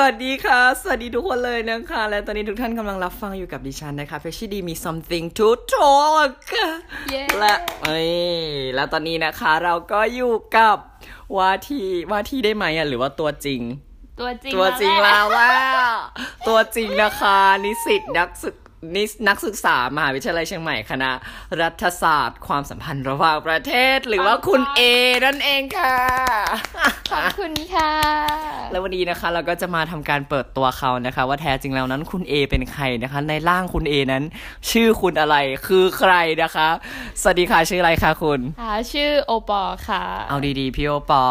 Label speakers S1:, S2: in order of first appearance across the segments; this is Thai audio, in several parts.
S1: วัสดีค่ะ สวัสดีทุกคนเลยนะคะ และตอนนี้ทุกท่านกำลังรับฟังอยู่กับดิฉันนะคะเฟชชี่ดีมี something to talk
S2: เย้
S1: และเอ้ยและตอนนี้นะคะเราก็อยู่กับว่าที่ว่าที่ได้ไหมอะหรือว่าตัวจริง
S2: ตัวจริง
S1: ตัวจริง
S2: มา
S1: แล้ว วว่าตัวจริงนะคะ นิสิตนักศึกนิสนักศึกษามหาวิทยาลัยเชียงใหม่คณะ รัฐศาสตร์ ความสัมพันธ์ระหว่างประเทศ หรือว่าคุณเอนั่นเองค่ะ
S2: ขอบคุณค่ะ
S1: แล้ววันนี้นะคะเราก็จะมาทำการเปิดตัวเขานะคะ ว่าแท้จริงแล้วนั้นคุณ A เป็นใครนะคะ ในร่างคุณ A นั้น ชื่อคุณอะไรคือใครนะคะ สวัสดีค่ะชื่ออะไรคะคุณ
S2: ค่ะ ชื่อโอปอล์ค่ะ
S1: เอาดีๆพี่โอปอ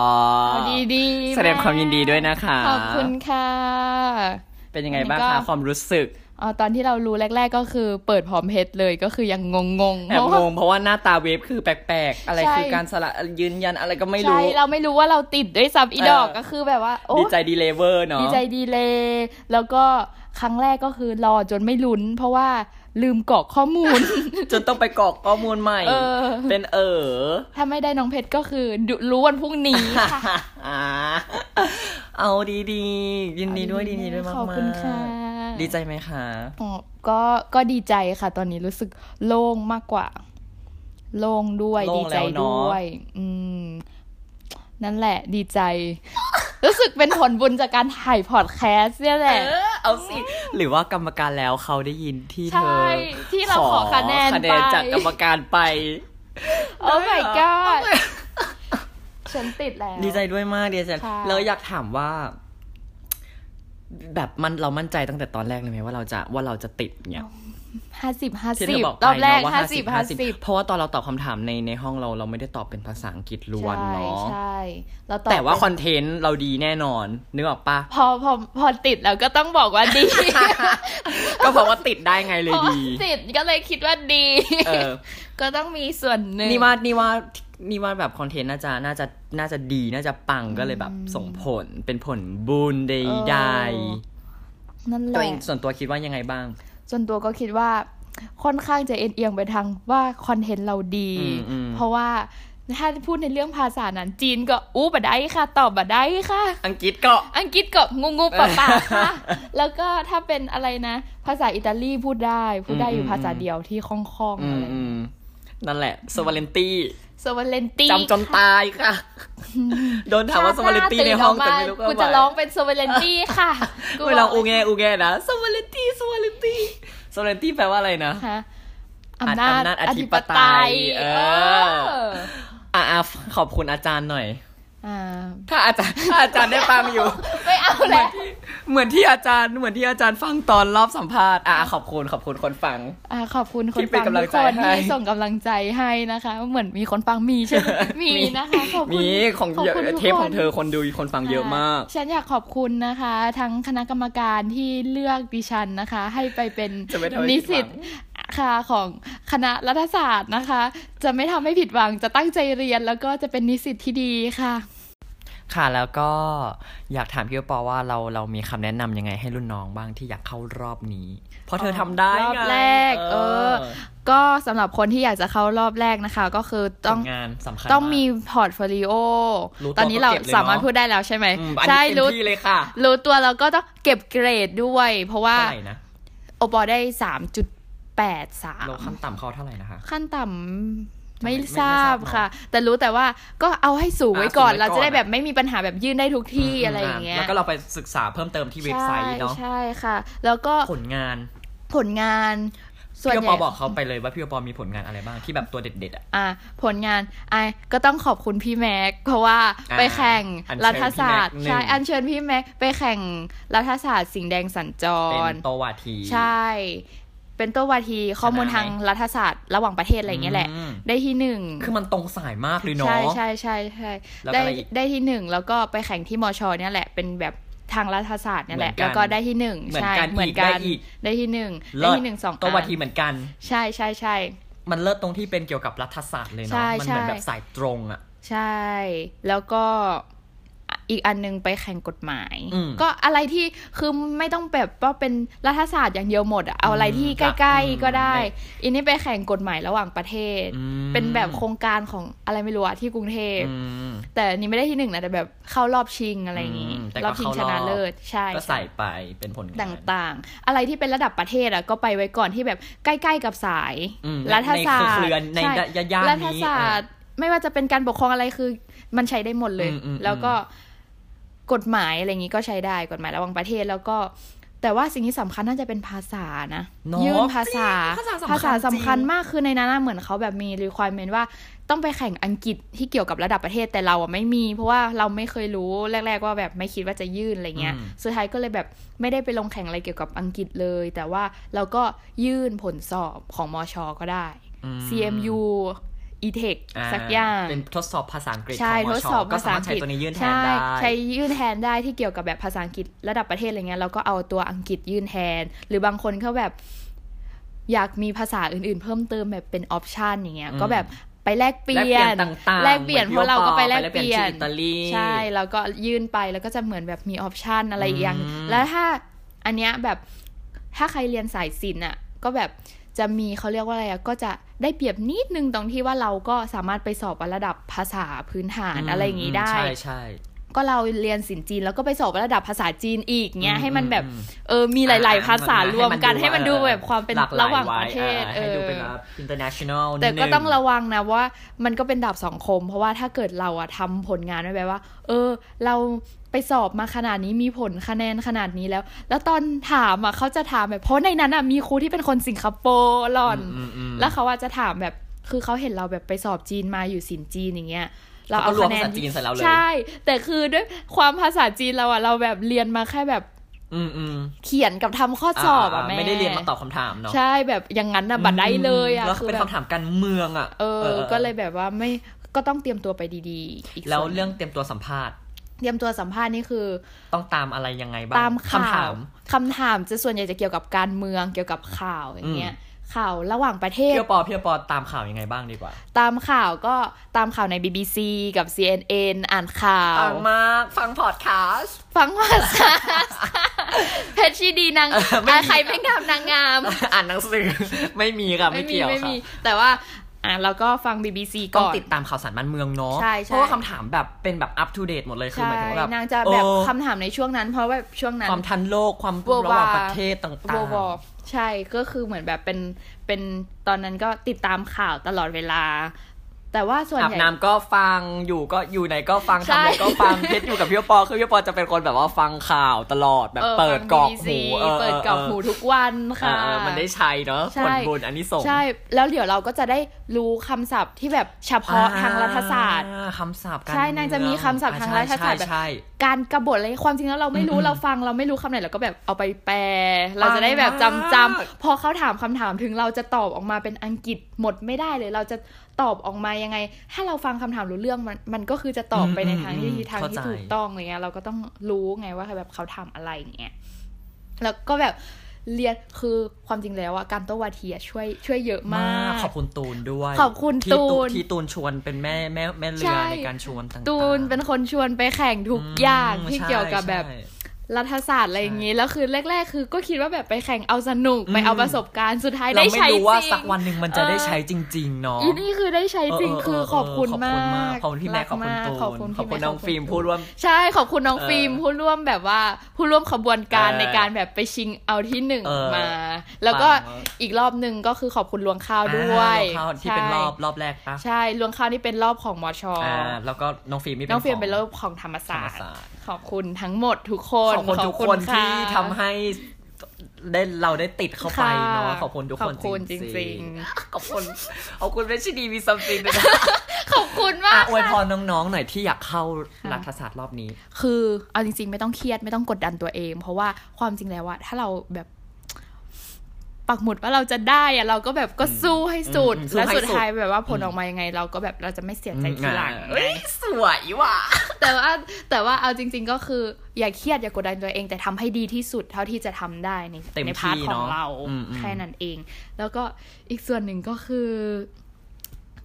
S2: เอาดีๆ
S1: แสดงความยินดีด้วยนะคะ
S2: ขอบคุณค่ะ
S1: เป็นยังไงบ้างคะ
S2: ก็
S1: ความรู้สึก
S2: อ๋อตอนที่เรารู้แรก ๆ ก็คือเปิดพร้อมเพชรเลยก็คือยังงงงๆ
S1: แอบ
S2: เพราะ
S1: ง
S2: ว่า
S1: งเพราะว่าหน้าตาเวฟคือแปลกๆ อะไร
S2: ใช่
S1: คือการสละยืนยันอะไรก็ไม่
S2: ใช่
S1: รู้
S2: เราไม่รู้ว่าเราติดด้วยซับอีดอก
S1: เออ
S2: ก็คือแบบว่าโอ้
S1: ดีใจดีเลเวอร์เนาะ
S2: ดีใจดีเลย แล้วก็ครั้งแรกก็คือรอจนไม่ลุ้น เพราะว่าลืมกรอกข้อมู ล
S1: จนต้องไปกรอกข้อมูลใหม่
S2: เออ
S1: เป็นเออ
S2: ถ้าไม่ได้น้องเพชรก็คือดูรู้วันพรุ่งนี้ค่ะ
S1: อ่าเอาดีๆ ยินดีด้วยยินดีด้วยมากๆ
S2: ขอบคุณค่ะ
S1: ดีใจไหมคะ
S2: อ๋อก็ก็ดีใจค่ะ ตอนนี้รู้สึกโล่งมากกว่า โล่งด้วยดีใจด้วย อืม นั่นแหละ ดีใจ รู้สึกเป็นผลบุญจากการถ่ายพอดแคสต์เนี่ยแหละ
S1: เอาสิหรือว่ากรรมการแล้วเขาได้ยินที่เธ
S2: ใช่
S1: อ
S2: ที่เราขอคะแนน
S1: คะแน
S2: ไป
S1: นจากกรรมการไป
S2: โอ้ my
S1: ได้เหรอ
S2: god ฉันติดแล้ว
S1: ดีใจด้วยมากดีใจ
S2: ค่ะ
S1: แล้วอยากถามว่า แบบมันเรามั่นใจตั้งแต่ตอนแรกเลยไหมว่าเราจะว่าเราจะติดเนี่ย
S2: ห้าสิบห้า
S1: ที่เธ
S2: สิบ
S1: อบอกไป
S2: รอบแรก
S1: เนะว่า
S2: ห้าสิบห้าสิบ
S1: เพราะว่าตอนเราตอบคำถามในในห้องเราเราไม่ได้ตอบเป็นภาษาอังกฤษล้วน
S2: ใช่
S1: เนาะ
S2: ใช่เราอบ
S1: แต่ว่า
S2: ไป
S1: คอนเทนต์เราดีแน่นอน นึกออกปะ
S2: พอพอพอติดแล้วก็ต้องบอกว่าดี
S1: ก็เพราะว่าติดได้ไงเล
S2: พ
S1: ย
S2: อ
S1: ดี
S2: ติดก็เลยคิดว่าดี
S1: เออ
S2: ก็ต้องมีส่วนหนึ่ง
S1: นี่ว่านี่ว่านี่ว่าแบบคอนเทนต์น่าจะน่าจะน่าจะดีน่าจะปังก็เลยแบบส่งผลเป็นผลบุญใด
S2: นั่น
S1: ๆ
S2: แห
S1: ตัว
S2: ละ
S1: เองส่วนตัวคิดว่ายังไงบ้าง
S2: ส่วนตัวก็คิดว่าค่อนข้างจะเอ็นเอียงไปทางว่าคอนเทนต์เราดี
S1: อืมอืม
S2: เพราะว่าถ้าพูดในเรื่องภาษานั้นจีนก็อู้บะได้ค่ะ ตอบบัได้ค่ะ
S1: อังกฤษก็
S2: อังกฤษก็งูงูปะปะ ค่ะ แล้วก็ถ้าเป็นอะไรนะ ภาษาอิตาลีพูดได้ พูดได้อยู่
S1: อืมอืม
S2: ภาษาเดียวที่คล่องๆ
S1: อื
S2: อะ
S1: ม
S2: ไร
S1: อืมนั่นแหละสวาเลนตี้
S2: สวาเลนตี
S1: จำจนตายค่ะ โดนถามว่าสวาเลนตี้ในห้องแต่ไม่รู้ก็
S2: กูจะร้องเป็นสวาเลนตี้ค่ะ
S1: ไม่ลองอูแงอูแงนะสวาเลนตี้สวาเลนตี้สวาเลนตี้แปลว่าอะไรนะ
S2: ฮะอำนาจ
S1: อำนาจอธิปไตยเอ
S2: เอ
S1: อ
S2: อ
S1: อ่ะอ่ะขอบคุณอาจารย์หน่อย
S2: อ่า
S1: ถ้าอาจารย์ถ้าอาจารย์ได้ฟังอยู่
S2: ไม่เอาแล้ว
S1: เหมือนที่อาจารย์เหมือนที่อาจารย์ฟังตอนรอบสัมภาษณ์อ่ะขอบคุณขอบคุณคนฟัง
S2: อ่าขอบคุณค
S1: ที่
S2: น
S1: เป็น
S2: ฟัง
S1: กำลัง
S2: ทุก
S1: ใจ
S2: คน
S1: ให้
S2: ที่ส่งกำลังใจให้นะคะ เหมือนมีคนฟังมีใช่ไหมมี
S1: มี
S2: นะคะขอบคุณ
S1: มีของ
S2: ขบ
S1: เยอะ
S2: คุณทุก
S1: เทปของเธอคนดูคนฟัง
S2: น
S1: เยอะมาก
S2: ฉันอยากขอบคุณนะคะ ทั้งคณะกรรมการที่เลือกดิฉันนะคะ ให้ไปเป็น
S1: จะไม่ทำให้ผิดหวัง
S2: นิสิตค่ะของคณะรัฐศาสตร์นะคะ จะไม่ทำให้ผิดหวังจะตั้งใจเรียนแล้วก็จะเป็นนิสิตที่ดีค่ะ
S1: ค่ะแล้วก็อยากถามพี่ปอว่าเราเรามีคำแนะนำยังไงให้รุ่นน้องบ้างที่อยากเข้ารอบนี้ เพราะเธอทำได้
S2: รอบ
S1: ไง
S2: แรก เออ ก็สำหรับคนที่อยากจะเข้ารอบแรกนะคะ ก็คือต้อง
S1: ผลงานสำคัญ
S2: ต้องมี
S1: าก
S2: พอร์ตโฟลิโอ
S1: รู้ตัว
S2: ตอนนี้เรา
S1: ก็เก็บเลยเนอะ
S2: สามารถพูดได้แล้วใช่ไหม
S1: อืมอัน
S2: ใช่
S1: นี้เต็
S2: รู้
S1: มที่เลยค่ะ
S2: รู้ตัวแล้วก็ต้องเก็บเกรดด้วย เพราะว่า
S1: เท่าไหร่นะ
S2: โอปอได้สามจุดแปดสาม
S1: เราขั้นต่ำเขาเท่าไหร่นะคะ
S2: ขั้นต่ำ
S1: ไม่
S2: ไม่
S1: ไม่
S2: ทราบ
S1: ไม่ทราบเนอะ
S2: ค่ะ แต่รู้แต่ว่าก็เอาให้สูงไว้ก่อน
S1: อ่าสูงไว้
S2: เราจะได้
S1: ก่อน
S2: แบบไม่มีปัญหาแบบยื่นได้ทุกที่อะไรอย่างเงี้ย
S1: แล้วก็เราไปศึกษาเพิ่มเติมที่เว็บไซต์เนาะ
S2: ใช่ค่ะ แล้วก็
S1: ผลงาน
S2: ผลงานส่วน
S1: พี่
S2: ให
S1: ปอ
S2: ญ่
S1: บอกเขาไปเลยว่าพี่ปอมีผลงานอะไรบ้างที่แบบตัวเด็ดๆอ่ะ
S2: อ่ะผลงานไอก็ต้องขอบคุณพี่แม็ก เพราะว่า
S1: อ่า
S2: ไปแข่ง
S1: อัญเชิญ
S2: รัฐศาสตร์
S1: พี่แม็กหนึ่ง
S2: ใช่อัญเชิญพี่แม็กไปแข่งรัฐศาสตร์สิงห์แดงสัญจ
S1: เป็
S2: ร
S1: นโตวาที
S2: ใช่ เป็นตัววาทีข้อมูล
S1: ชนะไหม
S2: ทางรัฐศาสตร์ระหว่างประเทศอะไรอย่างเงี้ยแหละ
S1: อืม
S2: ได้ที่หนึ่ง
S1: คือมันตรงสายมากเลยเนาะ
S2: ใช่ใช่ใช่ใช่
S1: แล้วก็
S2: ได้
S1: อะไรอีก
S2: ได้ที่หนึ่งแล้วก็ไปแข่งที่มชเนี่ยแหละ เป็นแบบทางรัฐศาสตร์เนี่ยแหละ
S1: เหมือนกัน
S2: แล้วก็ได้ที่หนึ่ง
S1: เหมือน
S2: ใช่
S1: กัน
S2: เหมือน
S1: อีก
S2: กั
S1: ได้
S2: น
S1: อีก
S2: ได้ที่หนึ่ง
S1: เลิ
S2: ได้
S1: ศ
S2: ที่หนึ่งสอง
S1: โตวา
S2: อัน
S1: ทีเหมือนกัน
S2: ใช่ใช่ใช่
S1: มันเลิศตรงที่เป็นเกี่ยวกับรัฐศาสตร์เลย
S2: ใช่
S1: เนาะ มันเหมือนแบ
S2: ใช่
S1: บสายตรงอ่ะ
S2: ใช่ แล้วก็อี อีกอันหนึงไปแข่งกฎหมาย
S1: อืม
S2: ก็อะไรที่คือไม่ต้องแบบว่าเป็นรัฐศาสตร์อย่างเดียวหมดอะเอาอะไรที่ใกล้ ๆก็ได้ อันนี้ไปแข่งกฎหมายระหว่างประเทศ
S1: อืม
S2: เป็นแบบโครงการของอะไรไม่รู้อะที่กรุงเทพ
S1: อืม
S2: แต่อันนี้ไม่ได้ที่หนึ่งนะแต่แบบเข้ารอบชิงอะไรอย่างนี้
S1: อืมแต่ก็
S2: รอบชิงชนะเลิศใช่
S1: เข้ารอบก็ใส่ไปเป็นผลงาน
S2: ต่างๆ อะไรที่เป็นระดับประเทศอะก็ไปไว้ก่อนที่แบบใกล้ๆกับสาย
S1: อืม
S2: รัฐศาสต
S1: ในเค
S2: ร์
S1: รือใน
S2: ช่
S1: ย่านๆนี้
S2: รัฐศาสตร์ไม่ว่าจะเป็นการปกครองอะไรคือมันใช้ได้หมดเลย
S1: อืมอืมอืม
S2: แล้วก็กฎหมายอะไรอย่างนี้ก็ใช้ได้กฎหมายระหว่างประเทศแล้วก็ แต่ว่าสิ่งที่สำคัญน่าจะเป็นภาษานะ
S1: เนอะ
S2: ยื่นภาษา
S1: ภาษาสำคัญ
S2: ภาษาสำคัญ
S1: จริง
S2: มากคือในนั้นน่ะเหมือนเขาแบบมี requirement ว่าต้องไปแข่งอังกฤษที่เกี่ยวกับระดับประเทศแต่เราอ่ะไม่มี เพราะว่าเราไม่เคยรู้แรก ๆ ว่าแบบไม่คิดว่าจะยื่นอะไรเงี้ย
S1: อืม
S2: สุดท้ายก็เลยแบบไม่ได้ไปลงแข่งอะไรเกี่ยวกับอังกฤษเลย แต่ว่าเราก็ยื่นผลสอบของมอชอก็ได้
S1: อืม
S2: CMU E-Tech
S1: อ่า
S2: สักอย่าง
S1: เป็นทดสอบภาษาอังกฤษ
S2: ใช่
S1: ขงม
S2: ทดสอบ
S1: ก็
S2: ภาษา
S1: สาา
S2: ม
S1: รถ
S2: อังก
S1: ใช้
S2: ฤษ
S1: ตัวนี้ยื่นแทน
S2: ใช่
S1: ได้
S2: ใช้ยื่นแทนได้ที่เกี่ยวกับแบบภาษาอังกฤษระดับประเทศอะไรเงี้ยเราก็เอาตัวอังกฤษยื่นแทน หรือบางคนเขาแบบอยากมีภาษาอื่นๆ เพิ่มเติมแบบเป็นออปชันอย่างเงี้ย
S1: อืม
S2: ก็แบบไปแลกเปลี่ยน
S1: แลกเปลี่ยนต่างๆ
S2: แลกเปลี่ยน
S1: หมื
S2: เพ
S1: อ
S2: ราะเราก็ไปแลก
S1: ที่
S2: เปลี่ยน
S1: อิตาลี
S2: ใช่แล้วก็ยื่นไปแล้วก็จะเหมือนแบบมีออปชันอะไรอีกอย่าง
S1: อืม
S2: แล้วถ้าอันเนี้ยแบบถ้าใครเรียนสายศิลป์อ่ะก็แบบจะมีเขาเรียกว่าอะไรอะก็จะได้เปรียบนิดนึงตรงที่ว่าเราก็สามารถไปสอบระดับภาษาพื้นฐานอะไรอย่างนี้ได้
S1: ใช่ใช่
S2: ก็เราเรียนศิลป์จีนแล้วก็ไปสอบระดับภาษาจีนอีกเงี้
S1: อืม
S2: ยให้มันแบบ
S1: อืม
S2: เออมีหลาย ๆ ภาษารวมกันให้มันดู
S1: เออ
S2: แบบความเป็น
S1: หลกลย
S2: ระหว่างประเทศ
S1: ไว้อ่าให้
S2: เออ
S1: ดูเป็นแบบ international
S2: แต่ก็
S1: นิดนึ
S2: ต้องระวังนะว่ามันก็เป็นดาบสองคม เพราะว่าถ้าเกิดเราอะทำผลงานไว้แบบว่า เออ เราไปสอบมาขนาดนี้มีผลคะแนนขนาดนี้แล้ว แล้วตอนถามอะเขาจะถามแบบเพราะในนั้นอะมีครูที่เป็นคนสิงคโปร์หล่อน
S1: อืมอืมอืม
S2: แล้วเขาอาจจะถามแบบคือเขาเห็นเราแบบไปสอบจีนมาอยู่สินจีนอย่างเงี้ย เรา
S1: เขา
S2: เอา
S1: ก็รวม
S2: คะแน
S1: ภา
S2: น
S1: ษาจีนใส่เราเลย
S2: ใช่ แต่คือด้วยความภาษาจีนเราอะเราแบบเรียนมาแค่แบบ
S1: อืมอืม
S2: เขียนกับทำข้อสอบอะแม่
S1: ไม่ได้เรียนมาตอบคำถามเนาะ
S2: ใช่แบบอย่างนั้นอะบัตรได้เลยอะ
S1: แล้ว
S2: คือ
S1: เป็น
S2: แบบ
S1: คำถามการเมืองอ่ะ
S2: เออ ก็เลยแบบว่าไม่ก็ต้องเตรียมตัวไปดีๆ อีก
S1: แล้ว
S2: ส่น
S1: เรื่องเตรียมตัวสัมภาษณ์
S2: เตรียมตัวสัมภาษณ์นี่คือ
S1: ต้องตามอะไรยังไงบ้าง
S2: ตามข่า
S1: คำถาว ม
S2: คำถามจะส่วนใหญ่จะเกี่ยวกับการเมืองเกี่ยวกับข่าวอย่างเงี้ยข่าวระหว่างประเทศ
S1: เพียวปอเพียวปอตามข่าวยังไงบ้างดีกว่า
S2: ตามข่าวก็ตามข่าวใน BBC กับ CNN อ่านข่าว
S1: ฟังมากฟังพอดคาสต์
S2: ฟังภาษา เพชรชีดีนาง
S1: ไม่มี
S2: ใครไม่งามนางงาม
S1: อ่านหนังสือ ไม่มีค่ะ ไม่
S2: ไม่มี
S1: เกี่ยว
S2: ไม่
S1: ค่ะ
S2: มี แต่ว่า อ่ะเราก็ฟัง BBC
S1: ต้อ
S2: ก่
S1: ง
S2: อน
S1: ติดตามข่าวสารบ้านเมืองเนาะ
S2: ใช่
S1: เพ
S2: ใช่
S1: ราะว่าคำถามแบบเป็นแบบอัป o d เดตหมดเลยคือห
S2: ใช่
S1: มายถึงว่าแบบ
S2: นางจะแบบ
S1: เออ
S2: คำถามในช่วงนั้น เพราะแบบช่วงนั้น
S1: ความทันโลกความ
S2: วัววา
S1: ระหว่างประเทศต่าง
S2: วอวอ
S1: ๆ
S2: ใช่ก็คือเหมือนแบบเป็นเป็นตอนนั้นก็ติดตามข่าวตลอดเวลา แต่ว่าส่วน
S1: อาบ
S2: ใหญ่
S1: น้ำก็ฟังอยู่ก็อยู่ไหนก็ฟังทำ
S2: ใช่
S1: อะไรก็ฟัง เพชรอยู่กับพี่ปอคือพี่ปอจะเป็นคนแบบว่าฟังข่าวตลอดแบบ
S2: ออ
S1: เปิด
S2: ฟัง
S1: กรอก
S2: BBC
S1: หู
S2: เปิดกรอกหูทุกวัน
S1: เอ
S2: ค่ะ
S1: อเออมันได้ใช้เนาะ
S2: ใช่
S1: ผลบุญอันนี้ส่งส์
S2: ใช่แล้วเดี๋ยวเราก็จะได้รู้คำศัพท์ที่แบบเฉพาะทางรัฐศาสตร์
S1: อ่คำศัพท์การ
S2: ใช่นางจะมีคำศัพท์ทางรัฐศาสตร์แบบ
S1: ใช่ใช่
S2: การกบฏอะไรความจริงแล้วเราไม่รู้
S1: อืม
S2: เราฟังเราไม่รู้คำไหนเราก็แบบเอาไปแปล เราจะได้แบบ
S1: ปั
S2: จำ
S1: งมาก
S2: จำพอเขาถามคำถามถึงเราจะตอบออกมาเป็นอังกฤษหมดไม่ได้เลย เราจะตอบออกมายังไง ถ้าเราฟังคำถามรู้เรื่องมันมันก็คือจะตอบไปในทางที่ทางที่ถูกต้องอะไรเงี้ยเราก็ต้องรู้ไงว่าแบบเขาทำอะไรอย่างเงี้ยแล้วก็แบบเรียนคือความจริงแล้วอะการโต้วาทีอะช่วยช่วยเยอะมาม
S1: าก กขอบคุณตูนด้วย
S2: ขอบคุณ
S1: ที่
S2: ตูน
S1: ที่ตูนชวนเป็นแม่แม่แม่เรื
S2: ใช่
S1: อในการชวนต่างๆ
S2: ตูนเป็นคนชวนไปแข่งทุกอย่างที่เกี่ยวกับแบบ
S1: ใช่
S2: รัฐศาสตร์อะไรอย่างนี้ แล้วคือแรก ๆ คือก็คิดว่าแบบไปแข่งเอาสนุกไปเอา
S1: อืม
S2: ประสบการณ์สุดท้าย
S1: เรา
S2: ได้
S1: ไม่
S2: ใช้จริ
S1: รู้
S2: ง
S1: ว่าสักวันหนึ่งมันจะได้ใช้จริงๆเนาะ
S2: อีนี่คือได้ใช้จริงคือขอบคุณมาก
S1: ขอบคุณพี่แม่ขอบคุณตู
S2: รัก
S1: น
S2: ขอบคุณ
S1: ขอบคุณ
S2: พี่แม่
S1: น้องฟิล์มพูดว่า
S2: ใช่ขอบคุณน้อง
S1: เออ
S2: ฟิล์มผู้ร่วมแบบว่าผู้ร่วมขบวนการ
S1: เออ
S2: ในการแบบไปชิงเอาที่หนึ่ง
S1: เออ
S2: มา แล้วก็
S1: ปังมาก
S2: อีกรอบหนึ่งก็คือขอบคุณลวงข้าวด้วย
S1: อ่าเข้าที่เป็นรอบรอบแรกปะ
S2: ใช่ลวงข้าวนี่เป็นรอบของมอชอ
S1: อ่าแล้วก็น้องฟิล์มนี่เป็น
S2: น้องฟิล์ม
S1: ข
S2: เป็นรอบของธรรม
S1: ธร
S2: ศาร
S1: ม
S2: สตร์
S1: ศาสตร์
S2: ขอบคุณทั้งหมดทุกคน
S1: ขอบคุณทุกคน
S2: ขอบ
S1: ที่ทำ
S2: ค่ะ
S1: ให้ได้เราได้ติดเข้าไปเนาะ
S2: ค่ะ
S1: ขอบคุณทุกคน
S2: ขอบคุณจริง
S1: ๆขอบคุณขอบคุณเวชดีมีซัม ติงด้วยนะ
S2: ๆ ขอบคุณมา
S1: อ่ะ
S2: ก
S1: อวยพ
S2: ค่ะ
S1: รน้องๆหน่อยที่อยากเข้า
S2: ค่ะ
S1: รัฐศาสตร์รอบนี้
S2: คือเอาจริงๆ ไม่ต้องเครียดไม่ต้องกดดันตัวเอง เพราะว่าความจริงแล้วอะถ้าเราแบบปักหมุดว่าเราจะได้อะเราก็แบบก็สู้ให้สุด
S1: อืมสู้
S2: และ
S1: ให้สุ
S2: สุ
S1: ด
S2: ดท้ายแบบว่าผลออกมายังไง เราก็แบบเราจะไม่เสียใจทีหลัง
S1: อ่ะเอ้ยสวยว่ะ
S2: แต่ว่าแต่ว่าเอาจริง ๆ ก็คือ อย่าเครียดอย่ากดดันตัวเอง แต่ทำให้ดีที่สุดเท่าที่จะทำได้ใน
S1: เต็ม
S2: ในพาร์ท
S1: ที่
S2: ข
S1: เน
S2: อง
S1: อะ
S2: เรา
S1: อืมๆ
S2: แค่นั้นเอง แล้วก็อีกส่วนหนึ่งก็คือ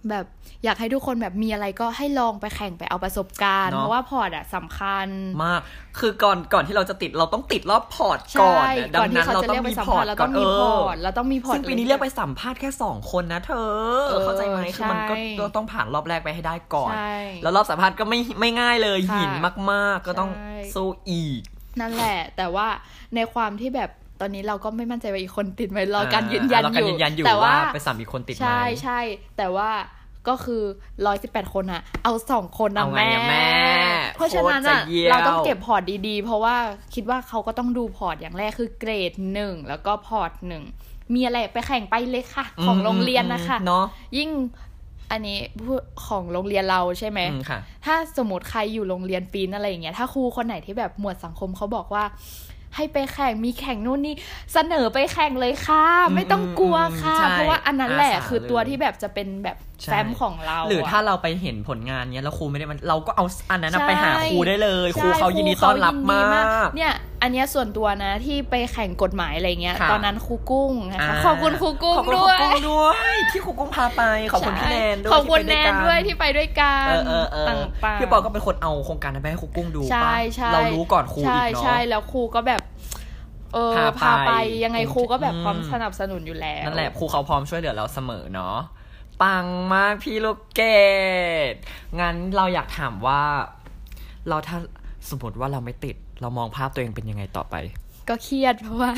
S2: แบบอยากให้ทุกคนแบบมีอะไรก็ให้ลองไปแข่งไปเอาประสบการณ์
S1: เนอะ
S2: เพราะว่าพอร์ตอะสำคัญ
S1: มาก คือก่อนก่อนที่เราจะติดเราต้องติดรอบพอร์ตก่อน
S2: ใช่
S1: นะดังนั้นเราต้องมีพอร์ต
S2: เรา
S1: ก่
S2: ต้
S1: อ
S2: อนง
S1: เอ
S2: มีพอ
S1: อ
S2: ร์ตเราต้องมีพอร์ต
S1: ซึ่งปีนี้เรียกไปสัมภาษณ์แค่สองคนนะเธอ
S2: เออ
S1: เข้าใจไหมคือมันก็
S2: ใช่
S1: ก็ต้องผ่านรอบแรกไปให้ได้ก่อน
S2: ใช่
S1: แล้วรอบสัมภาษณ์ก็ไม่ไม่ง่ายเลย
S2: ค่ะ
S1: หินมาก ๆ ก็ต้อง
S2: ใช่
S1: สู้อีก
S2: นั่นแหละ แต่ว่าในความที่แบบตอนนี้เราก็ไม่มั่นใจว่าอีกคนติดไหมรอการยืนยัน
S1: เรา
S2: อ
S1: การ
S2: ยู่
S1: ยืนยันอยู่
S2: แต่
S1: ว่า
S2: ว่า
S1: ไปสัมอีกคนติดไหม
S2: ใช่ใช่แต่ว่าก็คือร้อยสิบแปดคนอะเอาสองคนนะ
S1: เอาไง
S2: แม่
S1: อะแม่
S2: เพราะฉะนั้น
S1: โคต
S2: อะ
S1: รจะเยี่ยว
S2: เราต้องเก็บพอร์ตดีๆ เพราะว่าคิดว่าเขาก็ต้องดูพอร์ตอย่างแรกคือเกรดหนึ่งแล้วก็พอร์ตหนึ่งมีอะไรไปแข่งไปเลยค่ะ ของโรงเรียนนะคะ
S1: อืมเนาะ
S2: ยิ่งอันนี้พูดของโรงเรียนเราใช่ไหม
S1: อืมค่ะ
S2: ถ้าสมมติใครอยู่โรงเรียนปีนอะไรอย่างเงี้ย ถ้าครูคนไหนที่แบบหมวดสังคมเขาบอกว่า ให้ไปแข่งมีแข่งนู่นนี่เสนอไปแข่งเลยค่ะ
S1: อืม
S2: ไม่ต้องกลัวค่ะ
S1: ใช่
S2: เพราะว่าอันนั้นแหละ
S1: อาสา
S2: คือตัวที่แบบจะเป็นแบบ
S1: ใช่
S2: แฟ้มของเรา
S1: หรือะ ถ้าเราไปเห็นผลงานเนี้ยแล้วครูไม่ได้มันเราก็เอาอันนั้นอะ
S2: ใช่
S1: ไปหาครูได้เลยครู
S2: ใช่
S1: เขายินดีต้อนรับม
S2: ครูเขยินดี
S1: าก
S2: เนี่ย อันเนี้ยส่วนตัวนะที่ไปแข่งกฎหมายอะไรเงี้ย
S1: ค่ะ
S2: ตอนนั้นครูกุ้งนะ
S1: อ่า
S2: คะขอบคุณครูกุ้ง
S1: ขอบคุณ
S2: ด้วย
S1: ครูกุ้งด้วย ที่ครูกุ้งพาไป ขอบคุณพี่แนนด้วย
S2: ขอบคุณ
S1: ที่
S2: แน
S1: ไป
S2: น
S1: กั
S2: ด้วยที่ไปด้วยกัน
S1: เออเออเออ
S2: ต่างๆ
S1: พี่ปอก็เป็นคนเอาโครงการนั้นไปให้ครูกุ้งดู
S2: ใช่
S1: ปะ
S2: ใช่
S1: เรารู้ก่อนครูอี
S2: ใช่
S1: กเนาะ
S2: ใช่แล้วครูก็แบบ เออ
S1: พาไป
S2: พาไปยังไงครูก็แบบ
S1: อืม
S2: พร้อมสนับสนุนอยู่แล้ว
S1: นั่นแหละครูเขาพร้อมช่วยเหลือเราเสมอเนาะปังมากพี่ลูกเกดงั้นเราอยากถามว่า เราถ้าสมมติว่าเราไม่ติด เรามองภาพตัวเองเป็นยังไงต่อไป
S2: ก็เครียดเพราะว่า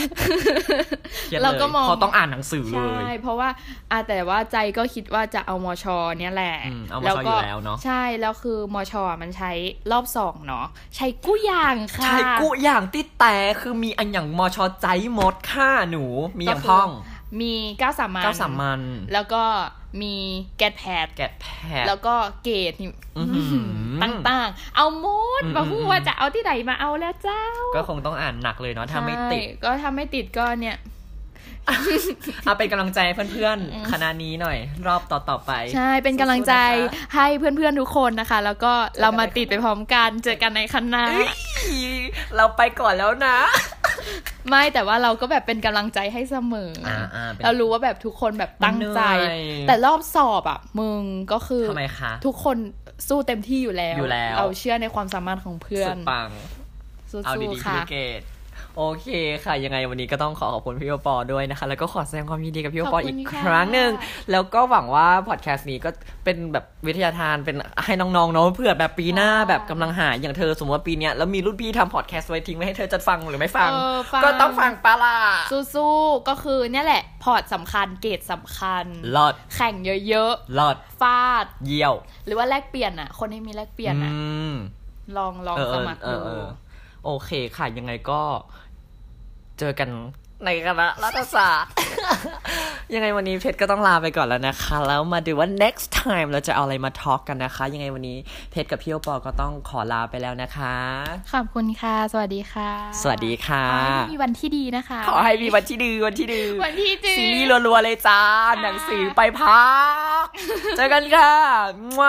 S1: คยดลย
S2: เราก็มอง
S1: เพราะต้องอ่านหนังสือเล
S2: ใช่
S1: ย
S2: เพราะว่าอ่ะแต่ว่าใจก็คิดว่าจะเอามอชอเนี่ยแหละ
S1: อืมเอามชอ
S2: ก็
S1: ยู่แล้วเนอะ
S2: ใช่แล้วคือมอชอมันใช้รอบสองเนาะใช้กู้ยางค่ะ
S1: ใช่กูอย่างที่แต่คือมีอันอย่างมอชอใจหมดค่าหนู มีอย่างท่อง
S2: มีก้าวสามัญ
S1: เก้าสามัน
S2: แล้วก็มีแกดแพด
S1: แกะแพะ
S2: แล้วก็เกตนี่
S1: อื้อหือ
S2: ต่างๆ เอาหมด
S1: อืม
S2: มาพูด
S1: อืม
S2: ว่าจะเอาที่ไหนมาเอาแล้วเจ้า
S1: ก็คงต้องอ่านหนักเลยเนาะถ้าไม่ติด
S2: ใช่ก็ถ้าไม่ติดก็เนี่ย
S1: เอาเป็นกำลังใจให้เพื่อนๆคณะนี้หน่อย รอบต่อๆไป
S2: ใช่เป็นกำลังใจ
S1: สู้ๆนะคะ
S2: ให้เพื่อนๆทุกคนนะคะ แล้วก็เรามาติดไปพร้อมกันเจอกันในคณะ
S1: เอ้ยเราไปก่อนแล้วนะ
S2: ไม่แต่ว่าเราก็แบบเป็นกำลังใจให้เสมออา
S1: อ่าเป็น
S2: เรารู้ว่าแบบทุกคนแบบตั้งใจ
S1: มันเหนื่อย
S2: แต่รอบสอบอ่ะมึงก็คือ
S1: ทำไมคะ
S2: ทุกคนสู้เต็มที่อยู่แล้ว
S1: อยู่แล้ว
S2: เราเชื่อในความสามารถของเพื่อ
S1: สุ
S2: น
S1: ดปัง
S2: สู้
S1: เอาดี
S2: ๆ
S1: ๆพี่
S2: ค่ะ
S1: ลูกเกดโอเคค่ะ ยังไงวันนี้ก็ต้องขอขอบคุณพี่โอปอด้วยนะคะ แล้วก็ขอแสดงความยินดีกับพี่โอปอ
S2: ขอบคุณ
S1: อีก
S2: ค่ะ
S1: ครั้งหนึ่ง แล้วก็หวังว่าพอดแคสต์นี้ก็เป็นแบบวิทยาทานเป็นให้น้องๆเนาะเผื่อแบบปีหน้า
S2: ค่ะ
S1: แบบกำลังหาอย่างเธอสมมติว่าปีเนี้ยแล้วมีรุ่นพี่ทำพอดแคสต์ไว้ทิ้งไว้ให้เธอจะฟังหรือไม่ฟัง
S2: เออฟัง
S1: ก็ต้องฟังปะล่ะ
S2: สู้ๆก็คือเนี่ยแหละ พอร์ตสำคัญเกรดสำคัญ
S1: หลอด
S2: แข่งเยอะ
S1: หลอด
S2: ๆฟาด
S1: เยี่ยว
S2: หรือว่าแลกเปลี่ยนอ่ะ คนที่มีแลกเปลี่ยนอ่ะ
S1: อืม
S2: ลองลองสมัคร
S1: เอ
S2: ดู
S1: อเออเออโอเคค่ะ ยังไงก็ เจอกันในคณะรัฐศาสตร์ ยังไงวันนี้เพชรก็ต้องลาไปก่อนแล้วนะคะ แล้วมาดูว่า next time เราจะเอาอะไรมา talk กันนะคะ ยังไงวันนี้เพชรกับพี่โอปอก็ต้องขอลาไปแล้วนะคะ
S2: ขอบคุณค่ะ สวัสดีค่ะ
S1: สวัสดีค่ะ
S2: ขอให้มีวันที่ดีนะคะ
S1: ขอให้มีวันที่ดีวันที่ดี
S2: วันที่ดี
S1: ซีรีส์รัวๆเลยจ้า หนังสือไปพัก เจอกันค่ะมั่ว